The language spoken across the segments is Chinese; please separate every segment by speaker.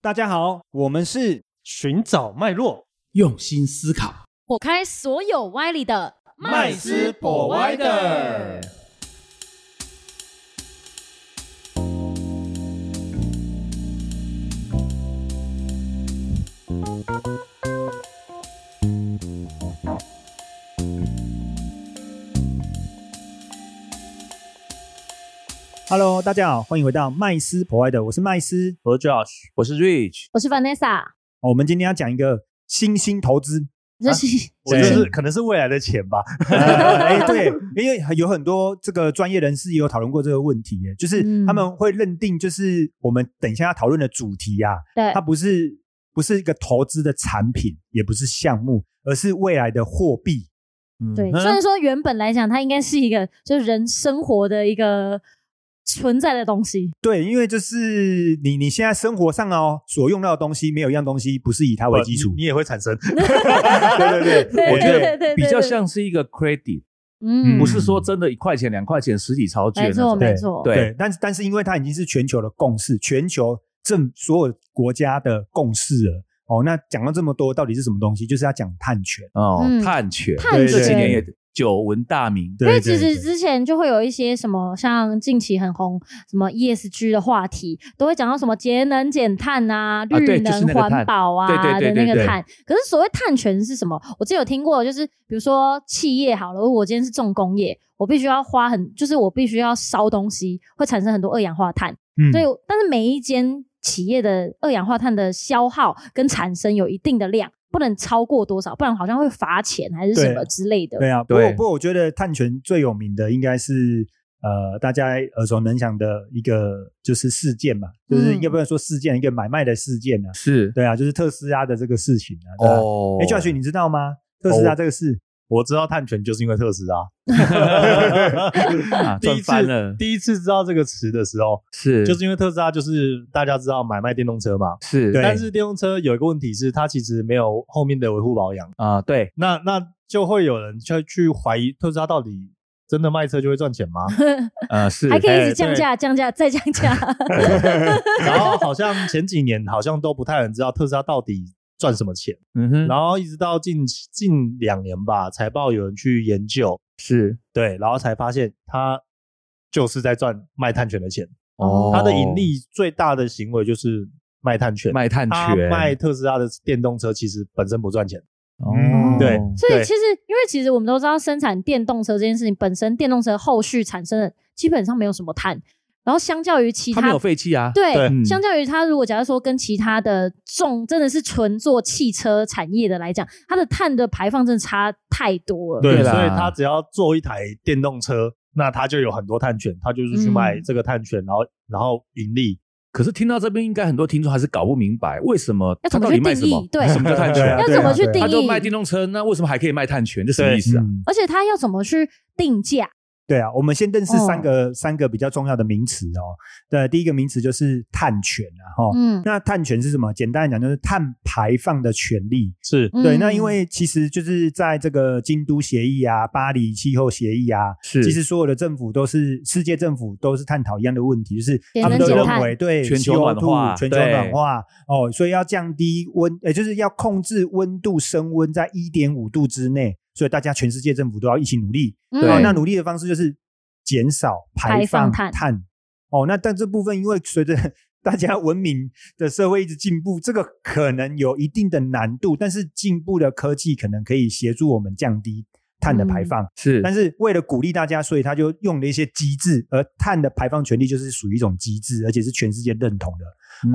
Speaker 1: 大家好，我们是
Speaker 2: 寻找脉络，
Speaker 3: 用心思考。
Speaker 4: 火开所有歪理的
Speaker 1: 麦斯博歪的。Hello，大家好，欢迎回到麦斯博爱的，我是麦斯。
Speaker 2: 我是 Josh，
Speaker 5: 我是 Rich，
Speaker 4: 我是 Vanessa，
Speaker 1: 哦我们今天要讲一个新兴投资，
Speaker 4: 这是
Speaker 2: 我就是可能是未来的钱 吧。
Speaker 1: 哎、对，因为有很多这个专业人士也有讨论过这个问题耶，就是
Speaker 4: 嗯
Speaker 1: 他们会认定，就是我们等一下要讨论的主题呀、
Speaker 4: 对
Speaker 1: 它不是不是一个投资的产品，也不是项目，而是未来的货币。
Speaker 4: 对。
Speaker 2: 嗯
Speaker 4: 虽然说原本来讲，它应该是一个就是人生活的一个存在的东西，
Speaker 1: 对，因为就是你你现在生活上哦所用到的东西，没有一样东西不是以它为
Speaker 5: 呃
Speaker 1: 基础
Speaker 2: 你。你也会产生。
Speaker 1: 呃对对对， 我觉得
Speaker 4: 对对
Speaker 5: 比较像是一个 credit，
Speaker 4: 嗯，
Speaker 5: 不是说真的一块钱、两块钱实体钞券
Speaker 4: 没
Speaker 5: 那
Speaker 4: 错
Speaker 5: 种。
Speaker 4: 没错，
Speaker 5: 对
Speaker 1: 对，但是但是因为它已经是全球的共识，全球正所有国家的共识了。哦，那讲到这么多，到底是什么东西？就是要讲碳权。
Speaker 5: 哦
Speaker 4: 嗯，
Speaker 5: 探权，
Speaker 4: 探
Speaker 1: 对
Speaker 5: 这几
Speaker 1: 权
Speaker 5: 年也久闻大名。
Speaker 1: 对
Speaker 4: 所
Speaker 1: 对
Speaker 4: 以其
Speaker 1: 对
Speaker 4: 实之前就会有一些什么，像近期很红什么 ESG 的话题，都会讲到什么节能减碳啊、
Speaker 5: 对
Speaker 4: 绿
Speaker 5: 就是
Speaker 4: 能
Speaker 5: 那个
Speaker 4: 环
Speaker 5: 碳
Speaker 4: 保啊
Speaker 5: 对对对
Speaker 4: 的那
Speaker 5: 对
Speaker 4: 个
Speaker 5: 对
Speaker 4: 碳。可是所谓碳权是什么？我之前有听过，就是比如说企业好了，如果我今天是重工业，我必须要花很，就是我必须要烧东西，会产生很多二氧化碳。
Speaker 1: 嗯，
Speaker 4: 所以，但是每一间企业的二氧化碳的消耗跟产生有一定的量，不能超过多少，不然好像会罚钱还是什
Speaker 1: 对
Speaker 4: 么之类的。
Speaker 1: 对啊。不过
Speaker 5: 对
Speaker 1: 不过，我觉得碳权最有名的应该是呃，大家耳熟能详的一个就是事件嘛，就是
Speaker 4: 嗯
Speaker 1: 要不然说事件，一个买卖的事件呢、啊。
Speaker 5: 是
Speaker 1: 对啊，就是特斯拉的这个事情啊。对啊
Speaker 5: 哦
Speaker 1: 哎 j o s 你知道吗？特斯拉
Speaker 2: 哦
Speaker 1: 这个事，
Speaker 2: 我知道碳权就是因为特斯拉，
Speaker 5: 啊
Speaker 2: 第一
Speaker 5: 赚
Speaker 2: 次
Speaker 5: 翻了，
Speaker 2: 第一次知道这个词的时候，
Speaker 5: 是
Speaker 2: 就是因为特斯拉就是大家知道买卖电动车嘛。
Speaker 5: 是
Speaker 1: 对
Speaker 2: 但是电动车有一个问题是，它其实没有后面的维护保养，
Speaker 5: 啊，对，
Speaker 2: 那那就会有人就去怀疑特斯拉到底真的卖车就会赚钱 吗？
Speaker 5: 呃是
Speaker 4: 还可以一
Speaker 2: 哎
Speaker 4: 直降
Speaker 2: 对
Speaker 4: 价、降价、再降价。
Speaker 2: 然后好像前几年好像都不太能知道特斯拉到底赚什么钱，
Speaker 5: 嗯哼，
Speaker 2: 然后一直到近近两年吧，财报有人去研究，
Speaker 5: 是
Speaker 2: 对，然后才发现它就是在赚卖碳权的钱，
Speaker 5: 哦
Speaker 2: 它的盈利最大的行为就是卖碳权。
Speaker 5: 卖碳
Speaker 2: 它
Speaker 5: 权，
Speaker 2: 卖特斯拉的电动车其实本身不赚钱，
Speaker 5: 哦
Speaker 1: 嗯
Speaker 2: 对
Speaker 4: 所以
Speaker 2: 对
Speaker 4: 其实，因为其实我们都知道，生产电动车这件事情本身，电动车后续产生的基本上没有什么碳，然后相较于其
Speaker 5: 它没
Speaker 4: 他
Speaker 5: 有。废气啊，
Speaker 4: 对，
Speaker 2: 对
Speaker 5: 嗯
Speaker 4: 相较于它，如果假如说跟其他的重真的是纯做汽车产业的来讲，它的碳的排放真的差太多了。
Speaker 5: 对
Speaker 2: 所
Speaker 5: 啦
Speaker 2: 以它只要做一台电动车，那它就有很多碳权，它就是去卖
Speaker 4: 嗯
Speaker 2: 这个碳权，然后然后盈利，
Speaker 5: 可是听到这边，应该很多听众还是搞不明白，为什么它
Speaker 4: 要怎么
Speaker 5: 到
Speaker 4: 去
Speaker 5: 底卖
Speaker 4: 定
Speaker 5: 什么
Speaker 4: 义？ 对
Speaker 5: 什么叫碳
Speaker 1: 对啊
Speaker 5: 权？
Speaker 4: 要
Speaker 1: 对啊
Speaker 4: 怎么去定
Speaker 5: 他就卖
Speaker 4: 义
Speaker 5: 电？动车，那为什么还可以卖碳权？这什么
Speaker 2: 对
Speaker 5: 意思啊？
Speaker 1: 嗯
Speaker 4: 而且它要怎么去定价？
Speaker 1: 对啊，我们先认识三个、三个比较重要的名词哦。对，第一个名词就是碳权啊，哈、
Speaker 4: 嗯，
Speaker 1: 那碳权是什么？简单来讲，就是碳排放的权利。
Speaker 2: 是
Speaker 1: 对，
Speaker 4: 嗯
Speaker 1: 那因为其实就是在这个京都协议啊、巴黎气候协议啊，
Speaker 5: 是
Speaker 1: 其实所有的政府都是世界政府都是探讨一样的问题，就是
Speaker 4: 节
Speaker 1: 他们
Speaker 4: 能
Speaker 1: 都
Speaker 4: 减
Speaker 1: 认
Speaker 4: 碳
Speaker 1: 为对
Speaker 5: 全球
Speaker 1: CO2
Speaker 5: 暖化
Speaker 1: 全球
Speaker 5: 对
Speaker 1: 暖化哦，所以要降低温，也就是要控制温度升温在一点五度之内，所以大家全世界政府都要一起努力。
Speaker 4: 嗯
Speaker 5: 对
Speaker 1: 哦，那努力的方式就是减少排
Speaker 4: 排放
Speaker 1: 放
Speaker 4: 碳
Speaker 1: 哦，那但这部分因为随着 大家文明的社会一直进步，这个可能有一定的难度，但是进步的科技可能可以协助我们降低碳的
Speaker 4: 嗯
Speaker 1: 排放。
Speaker 5: 是，
Speaker 1: 但是为了鼓励大家，所以他就用了一些机制，而碳的排放权利就是属于一种机制，而且是全世界认同的。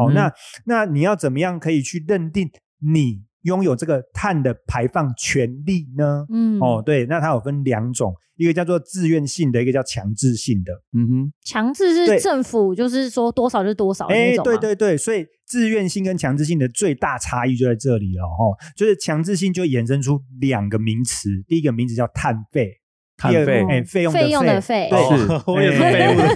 Speaker 1: 哦，
Speaker 5: 嗯
Speaker 1: 那那你要怎么样可以去认定你拥有这个碳的排放权利呢？
Speaker 4: 嗯
Speaker 1: 哦，对，那它有分两种，一个叫做自愿性的，一个叫强制性的。
Speaker 4: 哦
Speaker 5: 嗯哼，
Speaker 4: 强制
Speaker 1: 对
Speaker 4: 是政府就是说多少就多少的
Speaker 5: 哎
Speaker 4: 那种吗。
Speaker 1: 对
Speaker 4: 啊
Speaker 1: 对对，所以自愿性跟强制性的最大差异就在这里了哦，就是强制性就衍生出两个名词，第一个名词叫碳费，
Speaker 5: 碳
Speaker 1: 第二
Speaker 5: 费
Speaker 1: 哎，费用
Speaker 4: 费用的
Speaker 1: 的
Speaker 4: 费
Speaker 1: 对，哎
Speaker 5: 是
Speaker 2: 哦我也是废物的废。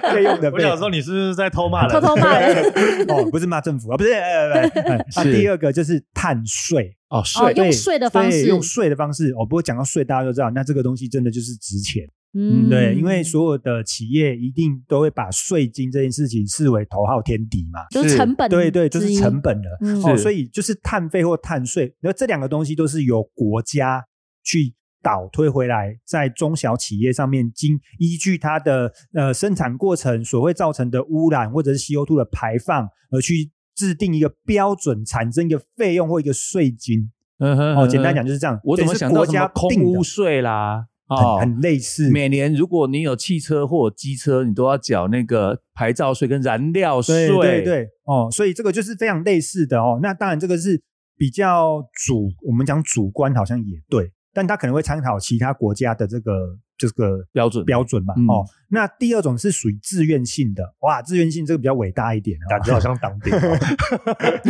Speaker 1: 费，费 用的
Speaker 2: 我
Speaker 1: 费。
Speaker 2: 想说你是不是在偷骂 人？
Speaker 4: 偷偷 骂人
Speaker 1: 哦，不是骂政府啊，不是。呃呃呃呃啊，
Speaker 5: 是
Speaker 1: 第二个就是碳税，
Speaker 5: 哦，
Speaker 4: 哦，
Speaker 5: 税
Speaker 4: 用
Speaker 1: 对
Speaker 4: 税的方
Speaker 1: 对
Speaker 4: 式，
Speaker 1: 用税的方式。哦，不过讲到税，大家都知道，那这个东西真的就是值钱。
Speaker 4: 嗯
Speaker 1: 对，因为所有的企业一定都会把税金这件事情视为头号天敌嘛。
Speaker 4: 就是成本，
Speaker 1: 对对，就是成，本了。
Speaker 4: 嗯？
Speaker 1: 哦，
Speaker 5: 是
Speaker 1: 所以就是碳费或碳税，然后这两个东西都是由国家去倒推回来，在中小企业上面经依据它的呃生产过程所会造成的污染或者是 CO2 的排放，而去制定一个标准，产生一个费用或一个税金。
Speaker 5: 哦
Speaker 1: 哦，简单讲，就是这样。
Speaker 5: 我怎么
Speaker 1: 这
Speaker 5: 想
Speaker 1: 是
Speaker 5: 到
Speaker 1: 国
Speaker 5: 什么
Speaker 1: 家
Speaker 5: 空哦
Speaker 1: 定的
Speaker 5: 屋税啦？哦
Speaker 1: 很，很类似，
Speaker 5: 每年如果你有汽车或机车，你都要缴那个牌照税跟燃料税。
Speaker 1: 对对对，哦，所以这个就是非常类似的哦。那当然，这个是比较主，我们讲主观好像也对，但他可能会参考其他国家的这个这个
Speaker 5: 标准
Speaker 1: 标准嘛。
Speaker 5: 嗯
Speaker 1: 哦，那第二种是属于自愿性的，哇，自愿性这个比较伟大一点、哦，
Speaker 2: 感觉好像当兵哦，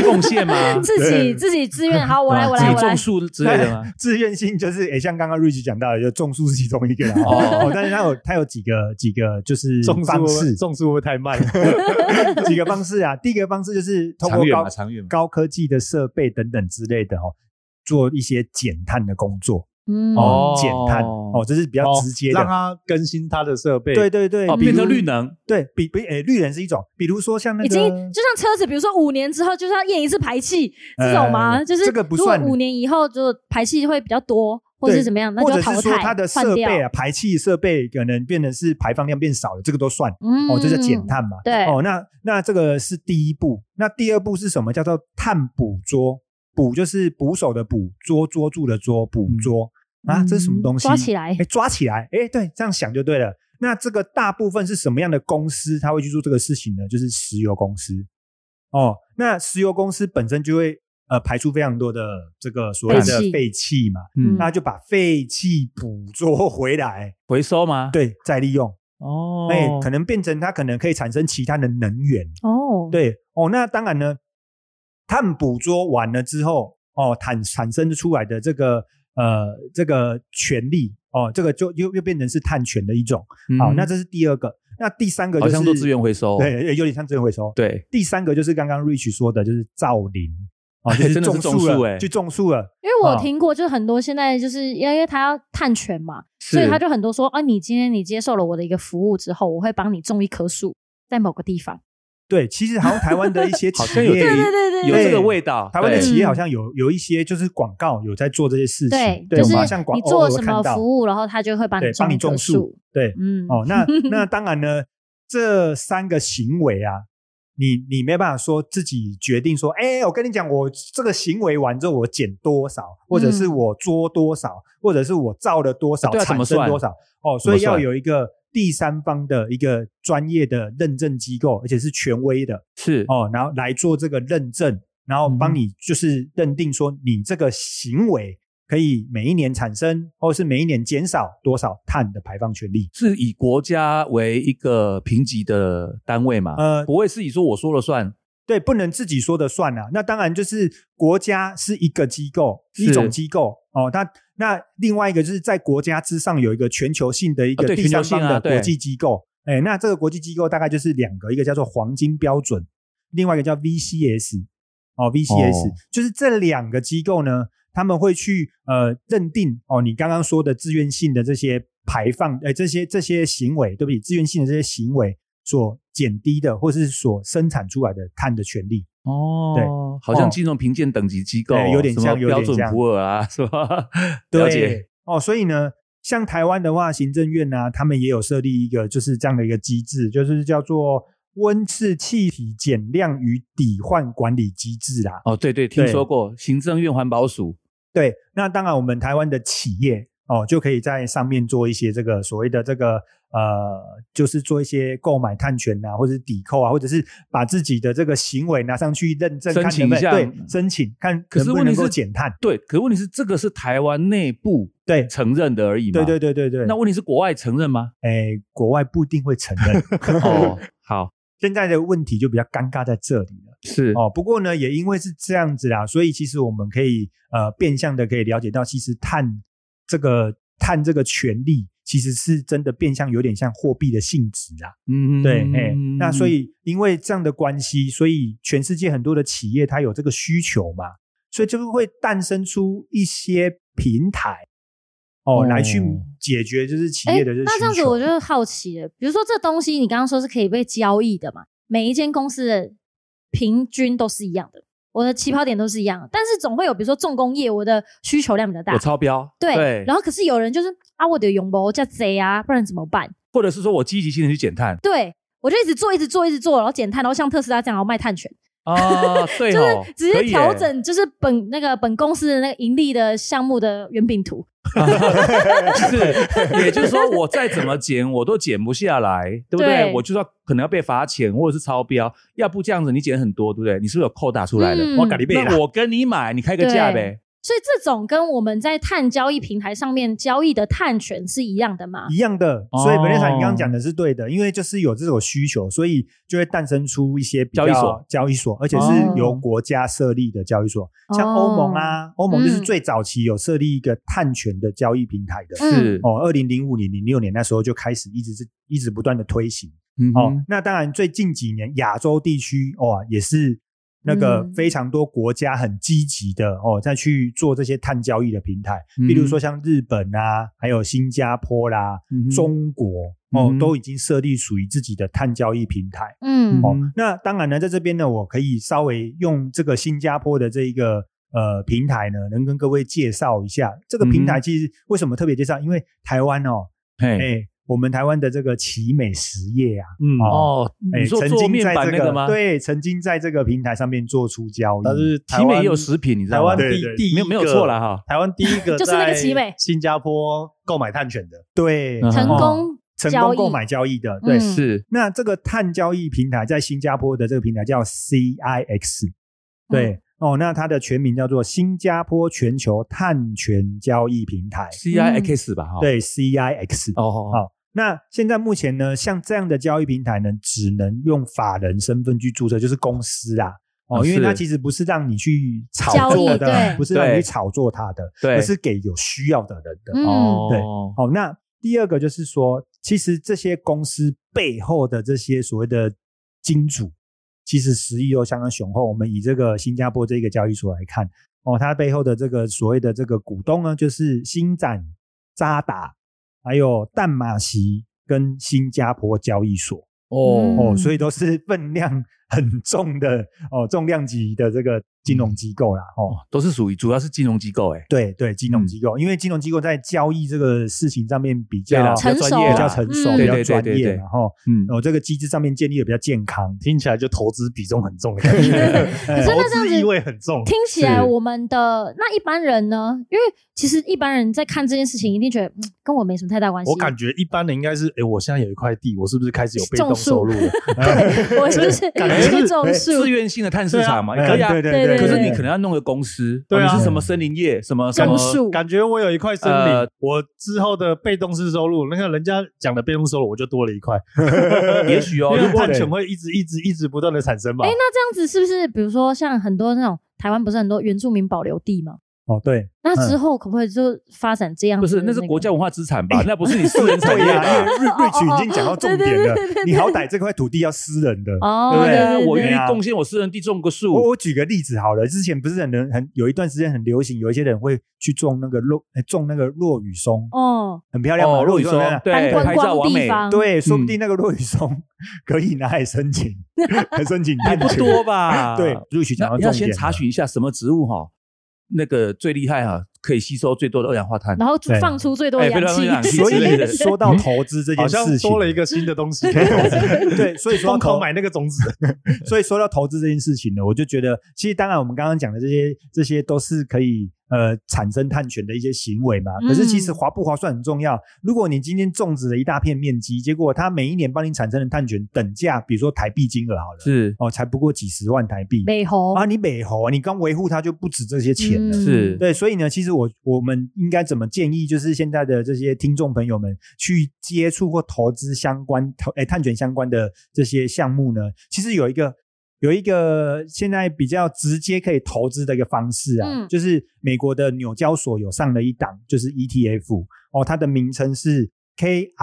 Speaker 5: 贡献吗
Speaker 1: 啊
Speaker 4: 自己自己自愿，好，我来
Speaker 5: 啊
Speaker 4: 我来
Speaker 5: 自
Speaker 4: 我
Speaker 5: 己
Speaker 4: 来
Speaker 5: 种，树之类的吗？
Speaker 1: 自愿性就是，诶、像刚刚 Rich 讲到的，就种树是其中一个啦。
Speaker 5: 哦
Speaker 1: 哦，但是它有它有几个几个就是
Speaker 2: 种树会
Speaker 1: 方
Speaker 2: 不会
Speaker 1: 式，
Speaker 2: 种树会不会太慢？
Speaker 1: 几个方式啊。第一个方式就是通
Speaker 5: 长
Speaker 1: 过
Speaker 5: 远嘛
Speaker 1: 高
Speaker 5: 长远嘛
Speaker 1: 高科技的设备等等之类的哦，做一些减碳的工作
Speaker 4: 嗯
Speaker 5: 哦
Speaker 1: 减碳哦，这是比较直接
Speaker 2: 让
Speaker 1: 的。
Speaker 2: 它更新它的设备。
Speaker 1: 对，对对，
Speaker 5: 哦，
Speaker 1: 比
Speaker 5: 变
Speaker 1: 如
Speaker 5: 成绿能，
Speaker 1: 对比比诶，绿人是一种，比如说像那
Speaker 4: 已
Speaker 1: 个
Speaker 4: 经就像车子，比如说五年之后就是要验一次排气，这种吗？
Speaker 1: 呃
Speaker 4: 就是
Speaker 1: 这个不
Speaker 4: 如果
Speaker 1: 算
Speaker 4: 五年以后就排气会比较多，或
Speaker 1: 对
Speaker 4: 是怎么样，那
Speaker 1: 或
Speaker 4: 就要
Speaker 1: 者
Speaker 4: 淘
Speaker 1: 是
Speaker 4: 汰
Speaker 1: 说它的设
Speaker 4: 换掉
Speaker 1: 备啊，排气设备可能变得是排放量变少了，这个都算
Speaker 4: 嗯
Speaker 1: 哦，这叫减。碳嘛。
Speaker 4: 对
Speaker 1: 哦，那那这个是第一步，那第二步是什么？叫做碳捕捉，捕就是捕手的捕，捉捉住的捉，捕捉啊，这是什么东西？
Speaker 4: 嗯抓起来
Speaker 1: 哎，抓起来，哎，对，这样想就对了。那这个大部分是什么样的公司，他会去做这个事情呢？就是石油公司。哦，那石油公司本身就会呃排出非常多的这个所谓
Speaker 4: 废
Speaker 1: 的
Speaker 4: 气
Speaker 1: 废气嘛，
Speaker 5: 嗯
Speaker 1: 那就把废气捕捉回来，
Speaker 5: 回收吗？，
Speaker 1: 对，再利用，
Speaker 5: 哦，
Speaker 1: 哎、可能变成它可能可以产生其他的能源。
Speaker 4: 哦，
Speaker 1: 对哦，那当然呢，碳捕捉完了之后，哦，产产生出来的这个呃这个权利，哦，这个就又又变成是碳权的一种。
Speaker 5: 嗯
Speaker 1: 好，那这是第二个。那第三个就
Speaker 5: 好
Speaker 1: 是
Speaker 5: 像做资源回收，
Speaker 1: 对，有点像资源回收。
Speaker 5: 对，
Speaker 1: 第三个就是刚刚 Rich 说的，就是造林。 哦，就
Speaker 5: 真的
Speaker 1: 种
Speaker 5: 是种
Speaker 1: 树
Speaker 5: 树
Speaker 1: 了，
Speaker 5: 欸
Speaker 1: 去种树了，
Speaker 4: 因为我有
Speaker 1: 哦
Speaker 4: 听过，就是很多现在就是因为他要碳权嘛，所以他就很多说啊，你今天你接受了我的一个服务之后，我会帮你种一棵树在某个地方。
Speaker 1: 对，其实好像台湾的一些企
Speaker 5: 好像有
Speaker 1: 业，
Speaker 5: 这个
Speaker 4: 对对对对
Speaker 5: 有这
Speaker 1: 对
Speaker 5: 个味道，
Speaker 1: 台湾的
Speaker 5: 对
Speaker 1: 企业
Speaker 4: 嗯
Speaker 1: 好像有有一些就是广告有在做这些事情，
Speaker 4: 对
Speaker 1: 对，，
Speaker 4: 就是
Speaker 1: 我们好像广
Speaker 4: 你
Speaker 1: 偶
Speaker 4: 做
Speaker 1: 尔
Speaker 4: 什
Speaker 1: 看
Speaker 4: 么
Speaker 1: 到
Speaker 4: 服务，然后他就会帮
Speaker 1: 对，帮
Speaker 4: 一
Speaker 1: 你
Speaker 4: 棵
Speaker 1: 种树，，对，
Speaker 4: 嗯，
Speaker 1: 哦，那那当然呢，这三个行为啊，你你没办法说自己决定说，哎、我跟你讲，我这个行为完之后我减多少，或者是
Speaker 4: 嗯
Speaker 1: 我捉多少，或者是我造了多少，
Speaker 5: 对啊怎么
Speaker 1: 产生
Speaker 5: 算
Speaker 1: 多少，哦，
Speaker 5: 怎
Speaker 1: 所
Speaker 5: 么
Speaker 1: 以要
Speaker 5: 算
Speaker 1: 有一个第三方的一个专业的认证机构，而且是权威的
Speaker 5: 是
Speaker 1: 哦，然后来做这个认证，然后帮
Speaker 5: 嗯
Speaker 1: 你就是认定说你这个行为。可以每一年产生，或是每一年减少多少碳的排放权利？
Speaker 5: 是以国家为一个评级的单位嘛？
Speaker 1: 呃
Speaker 5: 不会是以说我说了算，
Speaker 1: 对，不能自己说的算啊。那当然就是国家是一个机构，
Speaker 5: 是
Speaker 1: 一种机构哦。那那另外一个就是在国家之上有一个全球性的一
Speaker 5: 啊
Speaker 1: 个
Speaker 5: 对
Speaker 1: 第三方
Speaker 5: 全球性啊
Speaker 1: 的
Speaker 5: 对
Speaker 1: 国际机构。哎，那这个国际机构大概就是两个，一个叫做黄金标准，另外一个叫 VCS 哦，VCS
Speaker 5: 哦
Speaker 1: 就是这两个机构呢，他们会去呃认定哦，你刚刚说的自愿性的这些排放，呃，这些这些行为，对不起，自愿性的这些行为所减低的，或是所生产出来的碳的权利。
Speaker 5: 哦，好像金融评鉴等级机构，
Speaker 1: 对有点
Speaker 5: 什么
Speaker 1: 像有
Speaker 5: 标
Speaker 1: 点
Speaker 5: 准
Speaker 1: 像
Speaker 5: 普尔啊， 是吧？了解，
Speaker 1: 对哦，所以呢，像台湾的话，行政院呢、啊他们也有设立一个就是这样的一个机制，就是叫做温室气体减量与抵换管理机制啦。
Speaker 5: 哦，对对，听
Speaker 1: 对
Speaker 5: 说过行政院环保署，
Speaker 1: 对，那当然我们台湾的企业哦，就可以在上面做一些这个所谓的这个呃，就是做一些购买碳权啊，或者是抵扣啊，或者是把自己的这个行为拿上去认证，
Speaker 5: 申
Speaker 1: 看
Speaker 5: 请
Speaker 1: 能不
Speaker 5: 一下嗯
Speaker 1: 能对申请看
Speaker 5: 可是
Speaker 1: 能不
Speaker 5: 问题
Speaker 1: 能
Speaker 5: 是
Speaker 1: 够减碳。
Speaker 5: 对，可问题是这个是台湾内部
Speaker 1: 对
Speaker 5: 承认的而已嘛？
Speaker 1: 对对对对对，
Speaker 5: 那
Speaker 1: 那
Speaker 5: 问题是国外承 认吗？
Speaker 1: 诶，国外不一定会承 认。
Speaker 5: 哦，好，
Speaker 1: 现在的问题就比较尴尬在这里了
Speaker 5: 是
Speaker 1: 哦。不过呢，也因为是这样子啦，所以其实我们可以呃变相的可以了解到，其实碳这个碳这个权利，其实是真的变相有点像货币的性质啊。
Speaker 5: 嗯，
Speaker 1: 对，哎、那所以因为这样的关系，所以全世界很多的企业它有这个需求嘛，所以就会诞生出一些平台哦，
Speaker 2: 哦
Speaker 1: 来去解决就是企
Speaker 4: 哎，
Speaker 1: 业的这需求。
Speaker 4: 那这样子我就好奇了，比如说这东西你刚刚说是可以被交易的嘛，每一间公司的平均都是一样的，我的起跑点都是一样的，但是总会有比如说重工业，我的需求量比较大
Speaker 5: 我，超标，
Speaker 4: 对，
Speaker 5: 对，
Speaker 4: 然后可是有人就是啊，我的永博叫贼啊，不然怎么办？
Speaker 5: 或者是说我积极性的去减碳
Speaker 4: 对。我就一直做，一直做，一直做，然后减碳，然后像特斯拉这样，然后卖碳权，
Speaker 5: 啊，对
Speaker 4: 就
Speaker 5: 哦，
Speaker 4: 是直
Speaker 5: 可
Speaker 4: 接
Speaker 5: 以耶
Speaker 4: 调，整，就是本那个本公司的那个盈利的项目的原饼图。
Speaker 5: 是，也就是说我再怎么减，我都减不下来，对不对？
Speaker 4: 对
Speaker 5: 我就要可能要被罚钱或者是超标，要不这样子你减很多，对不对？你是不是有扣打出来了？
Speaker 4: 嗯
Speaker 2: 我跟你买啦
Speaker 5: 那我跟你买，你开个价
Speaker 4: 对
Speaker 5: 呗。
Speaker 4: 所以这种跟我们在碳交易平台上面交易的碳权是一样的吗？
Speaker 1: 一样的，
Speaker 5: 哦
Speaker 1: 所以本列厂你刚刚讲的是对的，因为就是有这种需求，所以就会诞生出一些比较
Speaker 5: 交易所，
Speaker 1: 交易所，而且
Speaker 5: 哦
Speaker 1: 是由国家设立的交易所，
Speaker 4: 哦
Speaker 1: 像欧盟啊，欧盟
Speaker 4: 嗯
Speaker 1: 就是最早期有设立一个碳权的交易平台的，
Speaker 4: 嗯
Speaker 5: 是
Speaker 1: 哦，二零零五年、零六年那时候就开始一直是一直不断的推行，
Speaker 5: 嗯
Speaker 1: 哦，
Speaker 5: 哼
Speaker 1: 那当然最近几年亚洲地区哦也是。那个
Speaker 4: 嗯
Speaker 1: 非常多国家很积极的哦，再去做这些碳交易的平台，
Speaker 5: 嗯
Speaker 1: 比如说像日本啊，还有新加坡啦，
Speaker 5: 嗯哼
Speaker 1: 中国哦、
Speaker 5: 嗯
Speaker 1: 都已经设立属于自己的碳交易平台
Speaker 4: 嗯
Speaker 1: 哦。
Speaker 5: 嗯
Speaker 1: 那当然呢，在这边呢，我可以稍微用这个新加坡的这一个呃平台呢，能跟各位介绍一下这个平
Speaker 5: 嗯
Speaker 1: 台。其实为什么特别介绍？因为台湾哦，哎、
Speaker 5: 嘿
Speaker 1: 我们台湾的这个奇美实业啊，
Speaker 2: 嗯，
Speaker 5: 哦，
Speaker 1: 哎、
Speaker 5: 你说
Speaker 1: 曾
Speaker 5: 做
Speaker 1: 经
Speaker 5: 面
Speaker 1: 在
Speaker 5: 板
Speaker 1: 这
Speaker 5: 那个吗？，
Speaker 1: 对，曾经在这个平台上面做出交易，
Speaker 2: 但是台
Speaker 5: 奇美
Speaker 2: 湾
Speaker 5: 也有食品，你知
Speaker 2: 台
Speaker 5: 道吗
Speaker 2: 湾？
Speaker 1: 对
Speaker 2: 第
Speaker 1: 对
Speaker 2: 第一
Speaker 5: 没有没有错啦
Speaker 4: 嗯
Speaker 2: 了，
Speaker 5: 哈。
Speaker 2: 台湾第一 个
Speaker 4: 就是那个奇美
Speaker 2: 在新加坡购买碳权的，
Speaker 1: 对
Speaker 5: 嗯
Speaker 4: 成功
Speaker 1: 哦成
Speaker 4: 交
Speaker 1: 功
Speaker 4: 易
Speaker 1: 购买交易的，
Speaker 4: 嗯
Speaker 1: 对。
Speaker 5: 是
Speaker 1: 那这个碳交易平台在新加坡的这个平台叫 CIX，对、
Speaker 5: 嗯
Speaker 1: 哦，那它的全名叫做新加坡全球碳权交易平台，
Speaker 5: C I X 吧？哈，
Speaker 1: 对 CIX。
Speaker 5: 哦，哦，哦
Speaker 1: 好那现在目前呢，像这样的交易平台呢，只能用法人身份去注册，就是公司啊。
Speaker 5: 啊
Speaker 1: 哦，因为它
Speaker 5: 是
Speaker 1: 其实不是让你去炒
Speaker 4: 交
Speaker 1: 作的，
Speaker 4: 易对
Speaker 1: 不是让你去
Speaker 5: 对
Speaker 1: 炒作它的，
Speaker 5: 对
Speaker 1: 而，是给有需要的人的。
Speaker 4: 嗯
Speaker 5: 哦，
Speaker 1: 好，那第二个就是说，其实这些公司背后的这些所谓的金主，其实实力都相当雄厚。我们以这个新加坡这个交易所来看，哦，它背后的这个所谓的这个股东呢，就是新展、渣打，还有淡马锡跟新加坡交易所。
Speaker 5: 哦，
Speaker 1: 哦，
Speaker 4: 嗯
Speaker 1: 所以都是分量 很重的哦，重量级的这个金融机构啦，哦，
Speaker 5: 哦，都是属于主要是金融机构，哎，
Speaker 1: 对对，金融
Speaker 5: 嗯
Speaker 1: 机构，因为金融机构在交易这个事情上面比
Speaker 5: 对啦
Speaker 1: 较
Speaker 5: 比较
Speaker 4: 成熟
Speaker 5: 专业啦
Speaker 1: 比较成熟、比
Speaker 4: 嗯
Speaker 5: 对对
Speaker 1: 较
Speaker 5: 对
Speaker 1: 专
Speaker 5: 对
Speaker 1: 业，
Speaker 5: 对
Speaker 1: 然后
Speaker 5: 嗯，
Speaker 1: 我这个机制上面建立的比较健康。
Speaker 2: 听起来就投资比重很重的感觉，
Speaker 1: 哎
Speaker 4: 可是
Speaker 2: 投
Speaker 4: 那这样
Speaker 2: 资
Speaker 4: 子
Speaker 2: 意味很重。
Speaker 4: 听起来
Speaker 5: 是
Speaker 4: 我们的那一般人呢，因为其实一般人在看这件事情，一定觉得、嗯、跟我没什么太大关系。
Speaker 2: 我感觉一般的应该是，哎，我现在有一块地，我是不是开始有被动
Speaker 4: 种树
Speaker 2: 收入了？
Speaker 4: 我就是
Speaker 2: 感觉是
Speaker 4: 去种树
Speaker 5: 自，愿性的碳市场嘛，
Speaker 2: 哎
Speaker 5: 可以啊
Speaker 1: 对，对
Speaker 4: 对
Speaker 1: 对，
Speaker 4: 对
Speaker 5: 可是
Speaker 4: 对
Speaker 5: 你可能要弄个公司，
Speaker 2: 对啊
Speaker 5: 哦你是什么森林业，什么什么
Speaker 4: 种，树，
Speaker 2: 感觉我有一块森林，
Speaker 5: 呃
Speaker 2: 我之后的被动式收入，那个人家讲的被动收入，我就多了一块。
Speaker 5: 也许哦，
Speaker 2: 因
Speaker 5: 如
Speaker 2: 为
Speaker 5: 果
Speaker 2: 碳权会一直一直一直不断的产生嘛。
Speaker 4: 啊哎，那这样子是不是，比如说像很多那种台湾不是很多原住民保留地吗？
Speaker 1: 哦对，
Speaker 4: 那之后可不可以就发展这样
Speaker 5: 不
Speaker 4: 子
Speaker 5: 是
Speaker 4: 的、
Speaker 5: 那是
Speaker 4: 个
Speaker 5: 国家文化资产吧？那不是你私人产
Speaker 1: 对
Speaker 5: 业
Speaker 1: 呀，因为
Speaker 5: 吧？
Speaker 4: 哦
Speaker 1: 瑞瑞曲已经讲到重点了
Speaker 4: 对对对对，
Speaker 1: 你好歹这块土地要私人的。
Speaker 4: 哦，
Speaker 5: 对不
Speaker 4: 对
Speaker 5: 啊
Speaker 4: 对对
Speaker 5: 我愿
Speaker 1: 对啊
Speaker 5: 意贡献我私人地种个
Speaker 1: 我
Speaker 5: 树，
Speaker 1: 我举个例子好了，之前不是很人很有一段时间很流行，有一些人会去种那个落哎种那个落羽松，
Speaker 4: 哦，
Speaker 1: 很漂亮嘛，
Speaker 5: 哦，
Speaker 1: 落
Speaker 5: 若
Speaker 1: 羽
Speaker 5: 雨
Speaker 1: 松
Speaker 5: 说
Speaker 1: 那样
Speaker 5: 对，
Speaker 4: 当
Speaker 5: 拍
Speaker 4: 观
Speaker 5: 照
Speaker 4: 光
Speaker 5: 完美
Speaker 4: 地，方，
Speaker 1: 对，说不
Speaker 5: 嗯
Speaker 1: 定那个落羽松 可以拿来申 请，申请
Speaker 5: 还
Speaker 1: 碳
Speaker 5: 不
Speaker 1: 权
Speaker 5: 多 吧？
Speaker 1: 对，录取讲到
Speaker 5: 那
Speaker 1: 重
Speaker 5: 要
Speaker 1: 点
Speaker 5: 先查
Speaker 1: 了
Speaker 5: 询一下什么植物哈，那个最厉害哈，可以吸收最多的二氧化碳。
Speaker 4: 然后就
Speaker 1: 对
Speaker 4: 放出最多
Speaker 5: 哎
Speaker 4: 的
Speaker 5: 非常
Speaker 4: 氧
Speaker 5: 氧气
Speaker 4: 气，
Speaker 1: 所
Speaker 5: 之类
Speaker 1: 以
Speaker 5: 的
Speaker 1: 说到投资这
Speaker 2: 嗯好
Speaker 1: 件
Speaker 2: 像
Speaker 1: 事情，
Speaker 2: 多了一个新的东西可以投 资，
Speaker 1: 对，所以说到
Speaker 2: 疯狂
Speaker 1: 投，
Speaker 2: 买那个种子。
Speaker 1: 所以说到投资这件事情呢，我就觉得，其实当然我们刚刚讲的这些，这些都是可以呃产生碳权的一些行为嘛。可是其实
Speaker 4: 嗯
Speaker 1: 划不划算很重要。如果你今天种植了一大片面积，结果它每一年帮你产生的碳权等价，比如说台币金额好了，
Speaker 5: 是
Speaker 1: 哦，才不过几十万台币
Speaker 4: 美猴嗯
Speaker 1: 啊，你美猴，你刚维护它就不止这些钱了。
Speaker 5: 是
Speaker 1: 对，所以呢，其实我我们应该怎么建议，就是现在的这些听众朋友们去接触或投资相关投诶、探权相关的这些项目呢？其实有一个有一个现在比较直接可以投资的一个方式啊，
Speaker 4: 嗯，
Speaker 1: 就是美国的纽交所有上了一档，就是 ETF 哦，它的名称是 KRBN，哎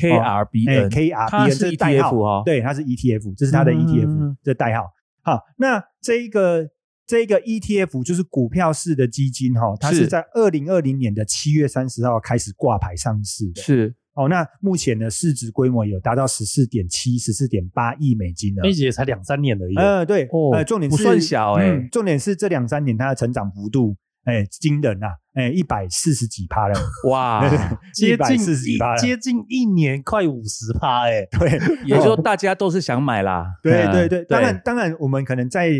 Speaker 5: KRBN，它
Speaker 1: KRBN
Speaker 5: 是
Speaker 1: 这是代
Speaker 5: ETF
Speaker 1: 号
Speaker 5: 哦
Speaker 1: 对，它是 ETF，这是它的
Speaker 5: 嗯
Speaker 1: ETF 这代号。好，那这一个这一个 ETF 就是股票式的基金哈、哦，它
Speaker 5: 是
Speaker 1: 是在二零二零年的七月三十号开始挂牌上市的。
Speaker 5: 是
Speaker 1: 哦，那目前的市值规模有达到十四点七、十四点八亿美金了
Speaker 2: 那。也才两三年而已。
Speaker 1: 呃，对，
Speaker 5: 哎哦
Speaker 1: 呃，重点
Speaker 5: 不
Speaker 1: 是
Speaker 5: 算小欸
Speaker 1: 嗯重点是这两三年它的成长幅度，哎，惊人啊，哎，一百四十几趴了，
Speaker 5: 哇，
Speaker 2: 接近
Speaker 1: 140
Speaker 2: 一
Speaker 1: 吧
Speaker 2: 接近一年，快五十趴哎，
Speaker 1: 对，
Speaker 5: 也就大家都是想买啦。
Speaker 1: 对
Speaker 5: 嗯
Speaker 1: 对对，当然当然，我们可能在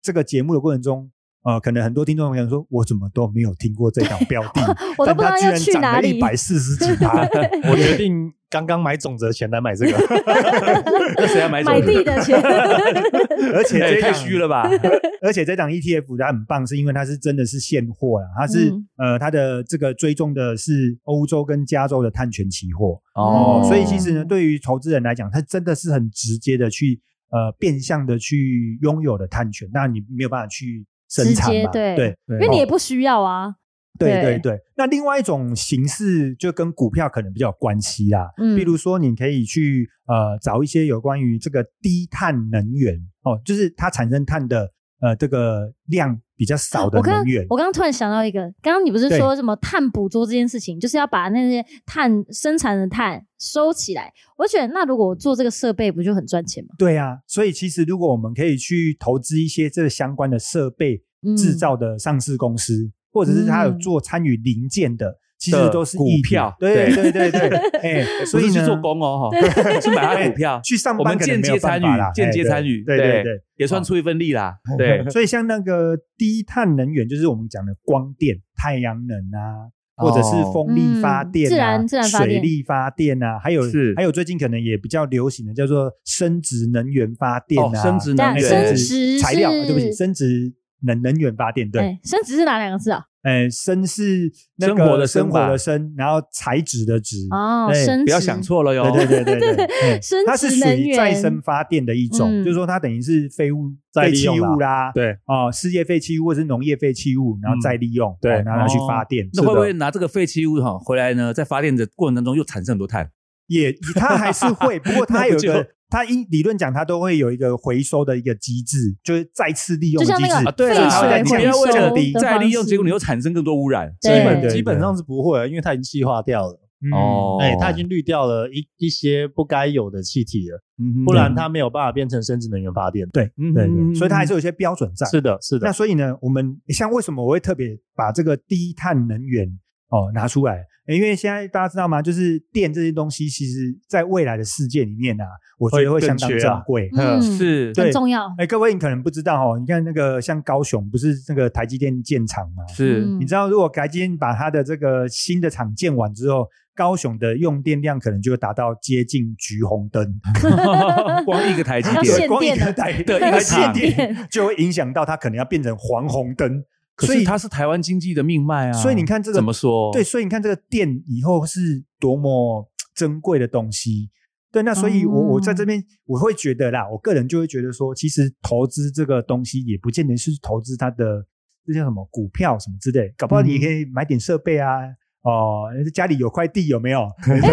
Speaker 1: 这个节目的过程中，呃，可能很多听众朋友说，我怎么都没有听过这档标的
Speaker 4: 我都不知道要去哪里
Speaker 1: 一 百四十几趴，
Speaker 2: 我决定刚刚买种子的钱来买这个，
Speaker 5: 那谁要买
Speaker 4: 买地 的钱，
Speaker 1: 而且
Speaker 5: 也
Speaker 1: 这
Speaker 5: 太
Speaker 1: 档
Speaker 5: 虚了吧？
Speaker 1: 而且这档 E ETF 它很棒，是因为它是真的是现货啦，它是、
Speaker 4: 嗯
Speaker 1: 呃它的这个追踪的是欧洲跟加州的碳权期货
Speaker 4: 哦
Speaker 1: 所以其实呢，
Speaker 4: 嗯
Speaker 1: 对于投资人来讲，它真的是很直接的去呃变相的去拥有的碳权，那你没有办法去深藏
Speaker 4: 直接
Speaker 1: 嘛，
Speaker 4: 对
Speaker 1: 对
Speaker 5: 因
Speaker 4: 因为你也
Speaker 1: 哦
Speaker 4: 不需要啊。
Speaker 1: 对
Speaker 4: 对
Speaker 1: 对对。那另外一种形式就跟股票可能比较有关系啦，
Speaker 4: 嗯
Speaker 1: 比如说你可以去呃找一些有关于这个低碳能源哦，就是它产生碳的呃这个量比较少的
Speaker 4: 我刚
Speaker 1: 能源。
Speaker 4: 我刚刚突然想到一个，刚刚你不是
Speaker 1: 对
Speaker 4: 说什么碳捕捉这件事情，就是要把那些碳生产的碳收起来。我觉得那如果我做这个设备，不就很赚钱吗？
Speaker 1: 对啊，所以其实如果我们可以去投资一些这相关的设备
Speaker 4: 嗯
Speaker 1: 制造的上市公司，或者是它有
Speaker 4: 嗯
Speaker 1: 做参与零件的，其实
Speaker 5: 的
Speaker 1: 都是
Speaker 5: 股
Speaker 1: 一体
Speaker 5: 票
Speaker 1: 对对
Speaker 5: 对
Speaker 1: 对 对，哎，所
Speaker 5: 所以
Speaker 1: 以
Speaker 5: 去
Speaker 1: 呢
Speaker 5: 做工哦，哈，去买他股票，
Speaker 1: 去上
Speaker 5: 我
Speaker 1: 班
Speaker 5: 们
Speaker 1: 可能
Speaker 5: 间
Speaker 1: 没有
Speaker 5: 接参与
Speaker 1: 办法啦，
Speaker 5: 间接
Speaker 1: 哎
Speaker 5: 参与，
Speaker 1: 对对哦对。，
Speaker 5: 也算出一份力啦。对
Speaker 1: 所以像那个低碳能源，就是我们讲的光电、太阳能啊，
Speaker 5: 哦
Speaker 1: 或者是风力发电、啊
Speaker 4: 嗯自然自然发
Speaker 1: 水
Speaker 4: 电
Speaker 1: 力发电啊，还有
Speaker 5: 是
Speaker 1: 还有最近可能也比较流行的叫做生殖能源发电
Speaker 5: 哦，
Speaker 1: 啊，
Speaker 5: 升值能
Speaker 4: 但
Speaker 1: 哎
Speaker 5: 源
Speaker 4: 升
Speaker 1: 生
Speaker 4: 值
Speaker 1: 殖材料，
Speaker 4: 是
Speaker 1: 啊对不起，生殖能能源发电，对，
Speaker 4: 哎，升值是哪两个字啊？
Speaker 1: 呃，生是那
Speaker 5: 生活的
Speaker 1: 个
Speaker 5: 生
Speaker 1: 生活
Speaker 5: 吧
Speaker 1: 的生，然后材质的质，
Speaker 4: 哦，
Speaker 1: 对
Speaker 4: 升值
Speaker 5: 不要想错了哟。
Speaker 1: 对 对对 对对，哎
Speaker 4: 生
Speaker 1: 它是
Speaker 4: 殖
Speaker 1: 属
Speaker 4: 能
Speaker 1: 于再
Speaker 4: 源
Speaker 1: 生发电的一种，
Speaker 4: 嗯
Speaker 1: 就是说它等于是废物、
Speaker 2: 再
Speaker 1: 废
Speaker 2: 利
Speaker 1: 弃
Speaker 2: 用啦
Speaker 1: 物啦，
Speaker 2: 对，
Speaker 1: 哦，事业废弃物或者是农业废弃物，然后再利用，
Speaker 2: 对
Speaker 1: 哦然后拿去发电。
Speaker 5: 那
Speaker 1: 是
Speaker 5: 会不
Speaker 1: 的
Speaker 5: 会拿这个废弃物哈回来呢？在发电的过程当中又产生很多碳？
Speaker 1: 也它还是会？不过它
Speaker 5: 那
Speaker 1: 有
Speaker 5: 不
Speaker 1: 一
Speaker 5: 就
Speaker 1: 个，它因理论讲，它都会有一个回收的一个机制，就是再次利用
Speaker 4: 就
Speaker 1: 的
Speaker 4: 像
Speaker 1: 机
Speaker 4: 那
Speaker 1: 制
Speaker 4: 个
Speaker 5: 啊，。
Speaker 4: 对
Speaker 5: 对啦，
Speaker 4: 废水
Speaker 5: 你不要为
Speaker 1: 降
Speaker 5: 了
Speaker 1: 低
Speaker 5: 再利用，
Speaker 4: 的方式
Speaker 5: 结果你又产生更多污染。
Speaker 2: 基
Speaker 4: 对
Speaker 2: 本
Speaker 1: 对
Speaker 2: 基本
Speaker 1: 对
Speaker 2: 上是不会，因为它已经气化掉了，
Speaker 1: 嗯
Speaker 5: 哦
Speaker 2: 哎，它已经滤掉了一一些不该有的气体了，
Speaker 5: 嗯
Speaker 2: 不然它没有办法变成生殖能源发电。
Speaker 1: 对
Speaker 5: 嗯
Speaker 1: 对对，所以它还是有一些标准在。
Speaker 2: 是的，是
Speaker 1: 那
Speaker 2: 的，
Speaker 1: 所以呢，我们像为什么我会特别把这个低碳能源哦拿出来？因为现在大家知道吗？就是电这些东西，其实在未来的世界里面啊，我觉得
Speaker 2: 会
Speaker 1: 会
Speaker 2: 更
Speaker 1: 相当
Speaker 2: 缺啊
Speaker 1: 珍贵。
Speaker 4: 嗯，
Speaker 5: 是
Speaker 1: 对
Speaker 4: 很重要。
Speaker 1: 哎，各位你可能不知道哦，你看那个像高雄不是那个台积电建厂吗？
Speaker 5: 是
Speaker 4: 嗯
Speaker 1: 你知道，如果台积电把它的这个新的厂建完之后，高雄的用电量可能就会达到接近橘红灯，
Speaker 5: 光一个台 积
Speaker 4: 要
Speaker 5: 电
Speaker 4: 限
Speaker 1: 光一
Speaker 4: 电
Speaker 1: 个
Speaker 4: 了
Speaker 1: 台
Speaker 5: 对一
Speaker 1: 一
Speaker 5: 个
Speaker 1: 个
Speaker 5: 厂
Speaker 1: 限电就会影响到它，可能要变成黄红灯。
Speaker 5: 可
Speaker 1: 所以
Speaker 5: 是它是台湾经济的命脉啊。
Speaker 1: 所以你看这个
Speaker 5: 怎么
Speaker 4: 哦
Speaker 5: 说？
Speaker 1: 对，所以你看这个电以后是多么珍贵的东西。对，那所以我，我、在
Speaker 4: 哦
Speaker 1: 这边我会觉得啦，我个人就会觉得说，其实投资这个东西也不见得是投资它的这叫什么股票什么之类，搞不好你也可
Speaker 4: 嗯
Speaker 1: 以买点设备啊，哦，家里有块地有没有？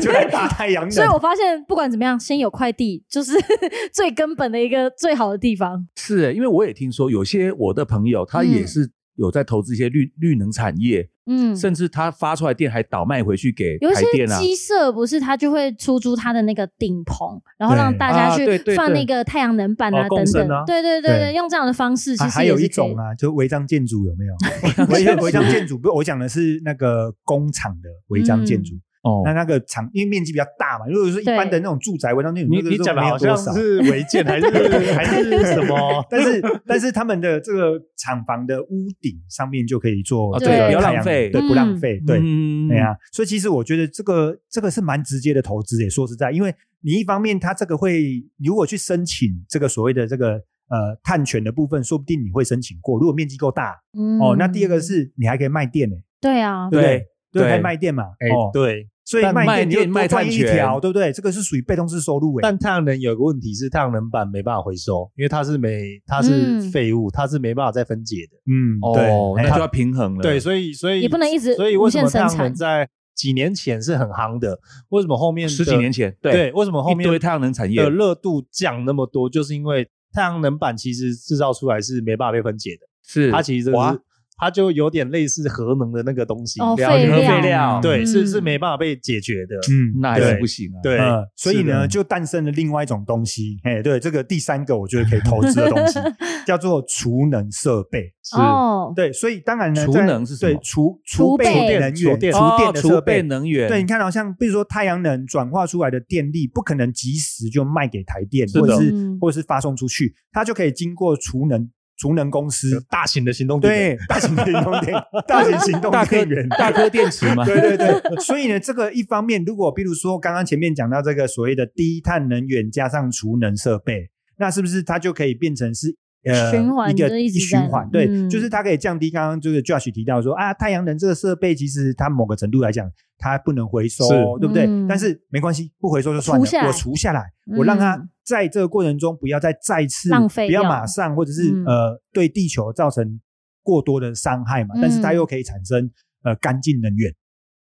Speaker 1: 就来打太阳
Speaker 4: 所以
Speaker 1: 能。
Speaker 4: 我发现，不管怎么样，先有快递就是 最根本的一个最好的地方。
Speaker 5: 是欸，因为我也听说有些我的朋友，他也
Speaker 4: 嗯
Speaker 5: 是有在投资一些绿绿能产业，
Speaker 4: 嗯，
Speaker 5: 甚至他发出来电还倒卖回去给
Speaker 4: 有一
Speaker 5: 台
Speaker 4: 些
Speaker 5: 电啊。
Speaker 4: 鸡舍不是它就会出租它的那个顶棚，然后让大家
Speaker 5: 啊对
Speaker 4: 去
Speaker 5: 对
Speaker 4: 放
Speaker 5: 对
Speaker 4: 那个太阳能板
Speaker 2: 哦
Speaker 4: 啊等
Speaker 2: 共生
Speaker 4: 等
Speaker 2: 啊。
Speaker 4: 对对对
Speaker 1: 对
Speaker 4: 对，用这样的方式其
Speaker 1: 啊、
Speaker 4: 实
Speaker 1: 还
Speaker 4: 也
Speaker 1: 有
Speaker 4: 是
Speaker 1: 一
Speaker 4: 可以
Speaker 1: 种。啊，就是违章建筑有 没有？违违章建筑不是我讲的是那个工厂的违章
Speaker 4: 嗯
Speaker 1: 建筑，
Speaker 5: 哦
Speaker 1: 那那个厂因为面积比较大嘛，如果说一般的那种住宅，违章建筑
Speaker 2: 你
Speaker 1: 那个
Speaker 2: 你
Speaker 1: 都
Speaker 2: 讲的
Speaker 1: 没有
Speaker 2: 好
Speaker 1: 多
Speaker 2: 像
Speaker 1: 少。
Speaker 2: 是违 建还是还是什么？
Speaker 1: 但是但是他们的这个厂房的屋顶上面就可以做
Speaker 5: 哦
Speaker 1: 这个
Speaker 4: 对
Speaker 1: 太阳
Speaker 4: 不要
Speaker 5: 浪费
Speaker 1: 对，不浪费，对，
Speaker 5: 嗯
Speaker 2: 哎
Speaker 1: 对啊。所以其实我觉得这个这个是蛮直接的投资诶，说实在，因为你一方面它这个会，你如果去申请这个所谓的这个。呃，碳权的部分，说不定你会申请过。如果面积够大、哦
Speaker 4: 嗯
Speaker 1: 哦，那第二个是你还可以卖电呢、
Speaker 4: 对啊，
Speaker 1: 对不
Speaker 5: 对
Speaker 1: 对？
Speaker 5: 对
Speaker 1: 还卖电嘛，
Speaker 2: 哎
Speaker 1: 哦，
Speaker 2: 对，
Speaker 1: 所以
Speaker 5: 但卖
Speaker 1: 卖
Speaker 5: 电
Speaker 1: 电就
Speaker 5: 卖
Speaker 1: 多
Speaker 5: 碳
Speaker 1: 赚一
Speaker 5: 权
Speaker 1: 条，对不对？这个是属于被动式收入、欸，
Speaker 2: 但太阳能有个问题是，太阳能板没办法回收，因为它是没它是
Speaker 4: 嗯
Speaker 2: 废物，它是没办法再分解的。
Speaker 1: 嗯，对，
Speaker 5: 哦，
Speaker 1: 哎
Speaker 5: 那就要平衡了。
Speaker 2: 对，所以所以
Speaker 4: 也不能一直
Speaker 2: 所以
Speaker 4: 无
Speaker 2: 为什
Speaker 4: 限
Speaker 2: 么太
Speaker 4: 生
Speaker 2: 阳
Speaker 4: 产
Speaker 2: 能。在几年前是很夯的？为什么后面的
Speaker 5: 十几年前，
Speaker 2: 对，为什么后
Speaker 5: 一堆
Speaker 2: 面
Speaker 5: 太阳能产业
Speaker 2: 的热度降那么多？就是因为太阳能板其实制造出来是没办法被分解的，
Speaker 5: 是
Speaker 2: 它其实这个
Speaker 5: 哇
Speaker 2: 是它就有点类似核能的那个东西，
Speaker 4: 哦
Speaker 2: 了
Speaker 4: 废
Speaker 2: 解
Speaker 5: 核
Speaker 4: 料
Speaker 5: 废料，
Speaker 2: 对，是
Speaker 4: 嗯
Speaker 2: 是没办法被解决的。
Speaker 1: 嗯，
Speaker 5: 那还是
Speaker 2: 对
Speaker 5: 不行啊。
Speaker 2: 对
Speaker 1: 嗯，所以
Speaker 2: 是
Speaker 1: 呢，
Speaker 2: 的
Speaker 1: 就诞生了另外一种东西，哎，对，这个第三个我觉得可以投资的东 西叫做储能设备。
Speaker 5: 是
Speaker 4: 哦，
Speaker 1: 对，所以当然呢，
Speaker 5: 储
Speaker 1: 在
Speaker 5: 能是什么
Speaker 1: 对储
Speaker 4: 储
Speaker 1: 储备
Speaker 4: 备
Speaker 1: 能
Speaker 2: 储
Speaker 1: 源、
Speaker 2: 电
Speaker 1: 储电的
Speaker 5: 哦储
Speaker 1: 设
Speaker 5: 备
Speaker 1: 备。
Speaker 5: 能源，
Speaker 1: 对，你看好像比如说太阳能转化出来的电力，不可能及时就卖给台电，
Speaker 5: 是的
Speaker 1: 或者是
Speaker 4: 嗯
Speaker 1: 或者是发送出去，它就可以经过储能储能公
Speaker 5: 嗯
Speaker 2: 有
Speaker 1: 司
Speaker 2: 大型的行动电源
Speaker 1: 对大型行动电大型行动
Speaker 5: 大颗
Speaker 1: 电源
Speaker 5: 大颗电池嘛，
Speaker 1: 对 对对，所以呢，这个一方面，如果比如说刚刚前面讲到这个所谓的低碳能源加上储能设备，那是不是它就可以变成是？呃，
Speaker 4: 循环
Speaker 1: 一个
Speaker 4: 就一直
Speaker 1: 循
Speaker 4: 在
Speaker 1: 环，对，
Speaker 4: 嗯
Speaker 1: 就是它可以降低刚刚就是 Josh 提到说啊，太阳能这个设备其实它某个程度来讲，它不能回收
Speaker 2: 是，
Speaker 1: 对不对？
Speaker 4: 嗯
Speaker 1: 但是没关系，不回收就算了
Speaker 4: 除下，来
Speaker 1: 我除下来，
Speaker 4: 嗯
Speaker 1: 我让它在这个过程中不要再再次
Speaker 4: 浪费
Speaker 1: 不
Speaker 4: 掉
Speaker 1: 要马上或者是、
Speaker 4: 嗯
Speaker 1: 呃对地球造成过多的伤害嘛，但是它
Speaker 4: 嗯
Speaker 1: 又可以产生呃干净能源。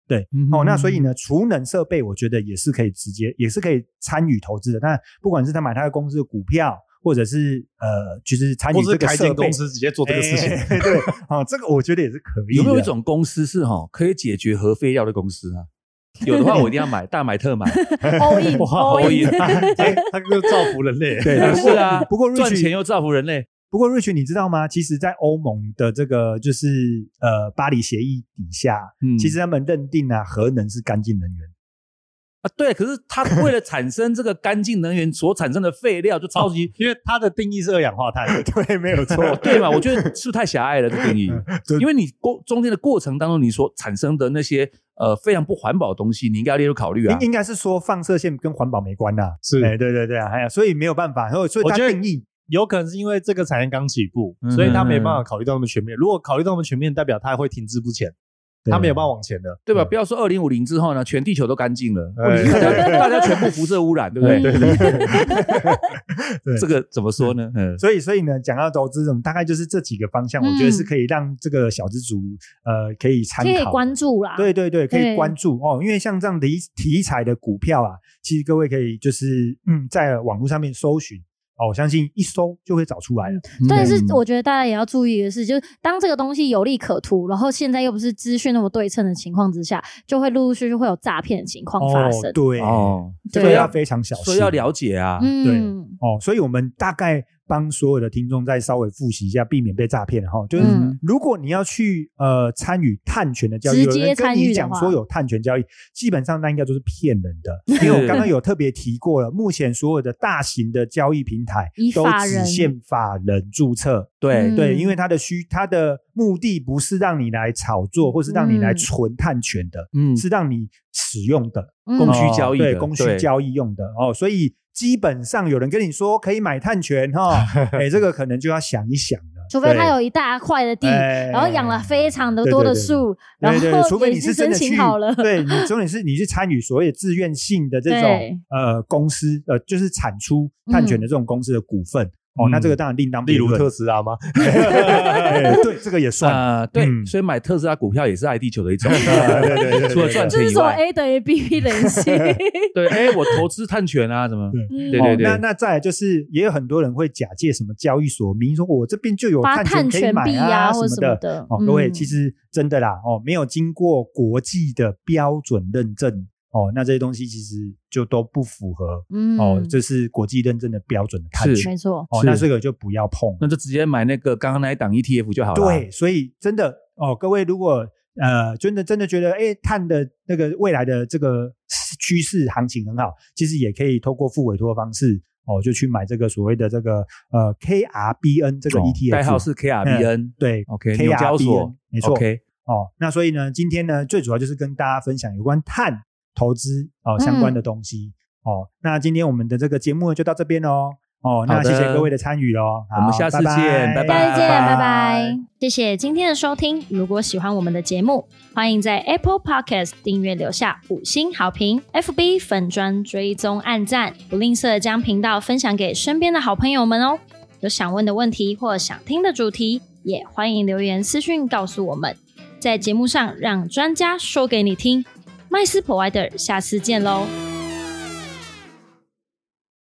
Speaker 1: 对，哦，那所
Speaker 5: 嗯
Speaker 1: 以
Speaker 2: 嗯
Speaker 1: 呢，储能设备我觉得也是可以直接，也是可以参与投资的。那不管是他买他的公司的股票，或者是呃，就是参与
Speaker 2: 或
Speaker 1: 这
Speaker 2: 是
Speaker 1: 个
Speaker 2: 开一
Speaker 1: 设
Speaker 2: 间
Speaker 1: 备
Speaker 2: 公司直接做这个事情。
Speaker 1: 哎 对，哦，这个我觉得也是可以的。
Speaker 5: 有没有一种公司是哈可以解决核废料的公司啊？ 有的话我一定要买，大买特买。
Speaker 4: all in
Speaker 5: 哇
Speaker 4: all
Speaker 5: all in
Speaker 4: in，
Speaker 2: 哎 他就是造福人类。
Speaker 1: 对？
Speaker 5: 是啊，
Speaker 1: 不过不过
Speaker 5: 赚
Speaker 1: Rich
Speaker 5: 钱又造福人类，
Speaker 1: 不过瑞雪，你知道吗？其实，在欧盟的这个就是呃巴黎协议底下，
Speaker 5: 嗯
Speaker 1: 其实他们认定啊，核能是干净能 源。
Speaker 5: 啊对，可是它为了产生这个干净能源所产生的废料就超级。
Speaker 2: 因为它的定义是二氧化碳，
Speaker 1: 对，没 有错。
Speaker 5: 哦，对嘛？我觉得是不是太狭隘了这个定义？
Speaker 1: 对
Speaker 5: 因为你过中间的过程当中，你所产生的那些呃非常不环保的东西，你应该要列入考虑啊
Speaker 1: 应。应该是说放射线跟环保没关呐、
Speaker 2: 是
Speaker 1: 哎，对对对啊，哎呀，所以没有办法，所以所以它
Speaker 2: 我觉得
Speaker 1: 定义
Speaker 2: 有可能是因为这个产业刚起步
Speaker 5: 嗯，
Speaker 2: 所以它没办法考虑到那么全面。如果考虑到那么全面，代表它会停滞不前，
Speaker 1: 对
Speaker 2: 它没有办法往前的。
Speaker 5: 对
Speaker 1: 嗯
Speaker 5: 吧？不要说二零五零之后呢，全地球都干净了，
Speaker 2: 哎
Speaker 5: 问题是大家大家全部辐射污染，对不对？
Speaker 4: 对
Speaker 1: 对
Speaker 5: 这个怎么说呢？嗯，
Speaker 1: 所以，所以呢，讲到投资，我们大概就是这几个方向，
Speaker 4: 嗯
Speaker 1: 我觉得是可以让这个小资族呃可以参
Speaker 4: 可以
Speaker 1: 考。
Speaker 4: 关注啦。
Speaker 1: 对对对，可
Speaker 4: 对
Speaker 1: 以关注哦，因为像这样题题材的股票啊，其实各位可以就是嗯，在网络上面搜寻哦，我相信一搜就会找出来了。
Speaker 4: 但是
Speaker 5: 嗯
Speaker 4: 我觉得大家也要注意的是，就是当这个东西有利可图，然后现在又不是资讯那么对称的情况之下，就会陆陆续续会有诈骗的情况发生
Speaker 1: 哦，。对，
Speaker 5: 哦，
Speaker 1: 这
Speaker 4: 对
Speaker 1: 个要非常小
Speaker 5: 所以
Speaker 1: 心
Speaker 5: 要了解啊。
Speaker 4: 嗯，
Speaker 1: 哦。所以我们大概帮所有的听众再稍微复习一下，避免被诈骗哈、哦。就是
Speaker 4: 嗯
Speaker 1: 如果你要去呃参与碳权的交易，
Speaker 4: 直接
Speaker 1: 有人跟
Speaker 4: 参与
Speaker 1: 你
Speaker 4: 的
Speaker 1: 讲
Speaker 4: 话
Speaker 1: 说有碳权交易，基本上那应该都是骗人的。因为我刚刚有特别提过了，目前所有的大型的交易平台
Speaker 4: 以
Speaker 1: 都
Speaker 4: 法人
Speaker 1: 只限法人注册，
Speaker 5: 对
Speaker 4: 嗯
Speaker 1: 对，因为它的需它的目的不是让你来炒作，或是让你来
Speaker 4: 嗯
Speaker 1: 存碳权的，
Speaker 5: 嗯，
Speaker 1: 是让你使用的，
Speaker 4: 嗯
Speaker 5: 供需
Speaker 1: 哦
Speaker 5: 交易的
Speaker 1: 对，供需
Speaker 5: 对
Speaker 1: 交易用的哦，所以基本上有人跟你说可以买碳权 哈，哎，这个可能就要想一想了，
Speaker 4: 除非
Speaker 1: 对
Speaker 4: 他有一大块的地，
Speaker 1: 哎
Speaker 4: 然后养了非常的多的树，然
Speaker 1: 对对对，除
Speaker 4: 后
Speaker 1: 非
Speaker 4: 也
Speaker 1: 你
Speaker 4: 已经
Speaker 1: 是真
Speaker 4: 申
Speaker 1: 的去。
Speaker 4: 请好了
Speaker 1: 对你重点是你去参与所谓的自愿性的这
Speaker 4: 对嗯
Speaker 1: 种呃公司呃，就是产出碳权的这种公司的股份、哦，那这
Speaker 5: 嗯
Speaker 1: 个当然另当
Speaker 2: 例
Speaker 1: 别
Speaker 2: 如
Speaker 1: 论。
Speaker 2: 特斯拉吗？
Speaker 1: 哎对，这个也算。
Speaker 5: 啊，对，
Speaker 1: 嗯
Speaker 5: 所以买特斯拉股票也是爱地球的一 种，
Speaker 1: 对对对对
Speaker 5: 除了赚
Speaker 4: 就
Speaker 5: 钱
Speaker 4: 是
Speaker 5: 以
Speaker 4: 说
Speaker 5: 外，
Speaker 4: A 等于 B B 等于 C，
Speaker 5: 对，哎，我投资碳权啊，什么，
Speaker 4: 嗯
Speaker 5: 对
Speaker 1: 哦
Speaker 5: 对对
Speaker 1: 那那再来就是，也有很多人会假借什么交易所名义说，我这边就有
Speaker 4: 把
Speaker 1: 碳
Speaker 4: 碳
Speaker 1: 权可以
Speaker 4: 权
Speaker 1: 买
Speaker 4: 币
Speaker 1: 啊
Speaker 4: 或者
Speaker 1: 什
Speaker 4: 么
Speaker 1: 么的。
Speaker 4: 的
Speaker 1: 哦，各位，
Speaker 4: 嗯
Speaker 1: 其实真的啦，哦，没有经过国际的标准认证，哦，那这些东西其实就都不符合，
Speaker 4: 嗯
Speaker 1: 哦，这是国际认证的标准的碳
Speaker 5: 是
Speaker 1: 权，
Speaker 4: 没错，
Speaker 1: 哦，
Speaker 5: 是
Speaker 1: 那这个就不要碰。
Speaker 5: 那就直接买那个刚刚那一档 ETF 就好了。啊
Speaker 1: 对，，所以真的哦，各位如果呃真的真的觉得哎碳的那个未来的这个趋势行情很好，其实也可以透过付委托的方式哦，就去买这个所谓的这个呃 KRBN 这个 E
Speaker 5: 哦
Speaker 1: ETF，、
Speaker 5: 代号是 KRBN，
Speaker 1: 对
Speaker 5: OK，纽交所
Speaker 1: KRBN 没错
Speaker 5: ，OK，
Speaker 1: 哦。那所以呢，今天呢最主要就是跟大家分享有关碳
Speaker 5: 嗯
Speaker 1: 投资哦相关的东西、哦。那今天我们的这个节目呢就到这边喽。哦，那
Speaker 5: 好的
Speaker 1: 谢谢各位的参与喽，好
Speaker 5: 我们下次见拜
Speaker 4: 下次见，
Speaker 5: 拜
Speaker 4: 拜拜。谢谢今天的收听。如果喜欢我们的节目，欢迎在 Apple Podcast 订阅留下五星好评，FB 粉砖追踪按赞，不吝啬将频道分享给身边的好朋友们哦。有想问的问题或想听的主题，也欢迎留言私讯告诉我们，在节目上让专家说给你听。麦斯 Provider，下次见喽，